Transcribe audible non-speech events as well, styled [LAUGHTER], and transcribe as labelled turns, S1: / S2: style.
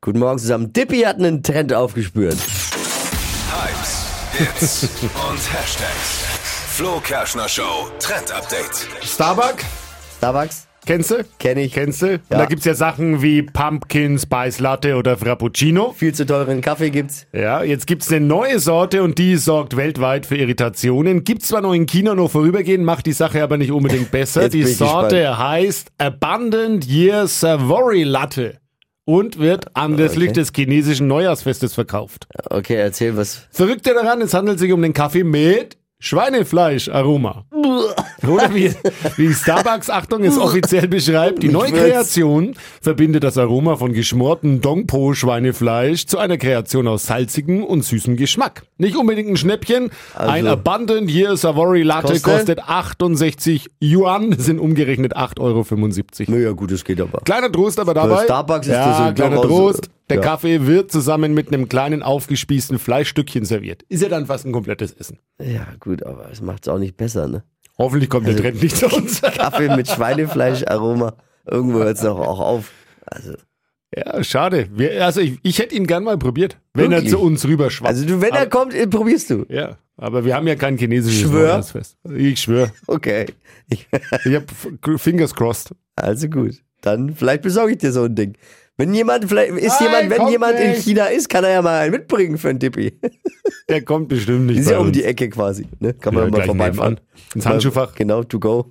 S1: Guten Morgen zusammen. Dippy hat einen Trend aufgespürt.
S2: Hypes, Hits und Hashtags. Flo Kerschner Show Trend Update.
S3: Starbuck,
S1: Starbucks?
S3: kennst du?
S1: Kenn ich.
S3: Kennst du? Und Da gibt's ja Sachen wie Pumpkin, Spice Latte oder Frappuccino.
S1: Viel zu teuren Kaffee gibt's.
S3: Ja, jetzt gibt's eine neue Sorte und die sorgt weltweit für Irritationen. Gibt's zwar noch in China nur vorübergehend, macht die Sache aber nicht unbedingt besser.
S1: Jetzt
S3: die
S1: bin ich
S3: Sorte heißt Abundant Year Savory Latte und wird anlässlich
S1: Okay.
S3: des chinesischen Neujahrsfestes verkauft.
S1: Okay, erzähl was.
S3: Verrückt ja daran, es handelt sich um den Kaffee mit Schweinefleisch-Aroma. Oder wie, wie Starbucks, Achtung, es offiziell beschreibt, die neue
S1: will's.
S3: Kreation verbindet das Aroma von geschmortem Dongpo-Schweinefleisch zu einer Kreation aus salzigem und süßem Geschmack. Nicht unbedingt ein Schnäppchen, ein Abundant Year Savory Latte
S1: Kostet?
S3: kostet 68 Yuan, sind umgerechnet 8,75 Euro.
S1: Naja, gut, es geht aber.
S3: Kleiner Trost aber dabei.
S1: Bei Starbucks ist das
S3: ja,
S1: so
S3: kleiner
S1: durchaus,
S3: Trost.
S1: äh,
S3: Der
S1: ja.
S3: Kaffee wird zusammen mit einem kleinen aufgespießten Fleischstückchen serviert. Ist ja dann fast ein komplettes Essen.
S1: Ja, gut, aber es macht's auch nicht besser, ne?
S3: Hoffentlich kommt der Trend nicht zu
S1: [LAUGHS]
S3: uns.
S1: Kaffee mit Schweinefleischaroma. Irgendwo hört's doch auch auf. Also,
S3: ja, schade. Wir, also ich, ich hätte ihn gern mal probiert, wenn
S1: Wirklich?
S3: er zu uns rüber schwappt.
S1: also du, wenn er kommt, eh, probierst du.
S3: ja, aber wir haben ja kein chinesisches
S1: Schwör.
S3: Weihnachtsfest. Ich schwöre.
S1: Okay. Ich,
S3: Ich habe Fingers crossed.
S1: [LAUGHS] also gut. Dann vielleicht besorge ich dir so ein Ding. Wenn jemand, vielleicht ist
S3: Nein,
S1: jemand, wenn
S3: kommt
S1: jemand in
S3: nicht.
S1: China ist, kann er ja mal einen mitbringen für einen Dippi. [LAUGHS]
S3: Der kommt bestimmt nicht.
S1: Ist
S3: bei
S1: ja um
S3: uns.
S1: die Ecke quasi. Ne? Kann man mal Genau,
S3: Ja, gleich nebenan.
S1: vorbeifahren.
S3: Ins Handschuhfach.
S1: Genau, to go.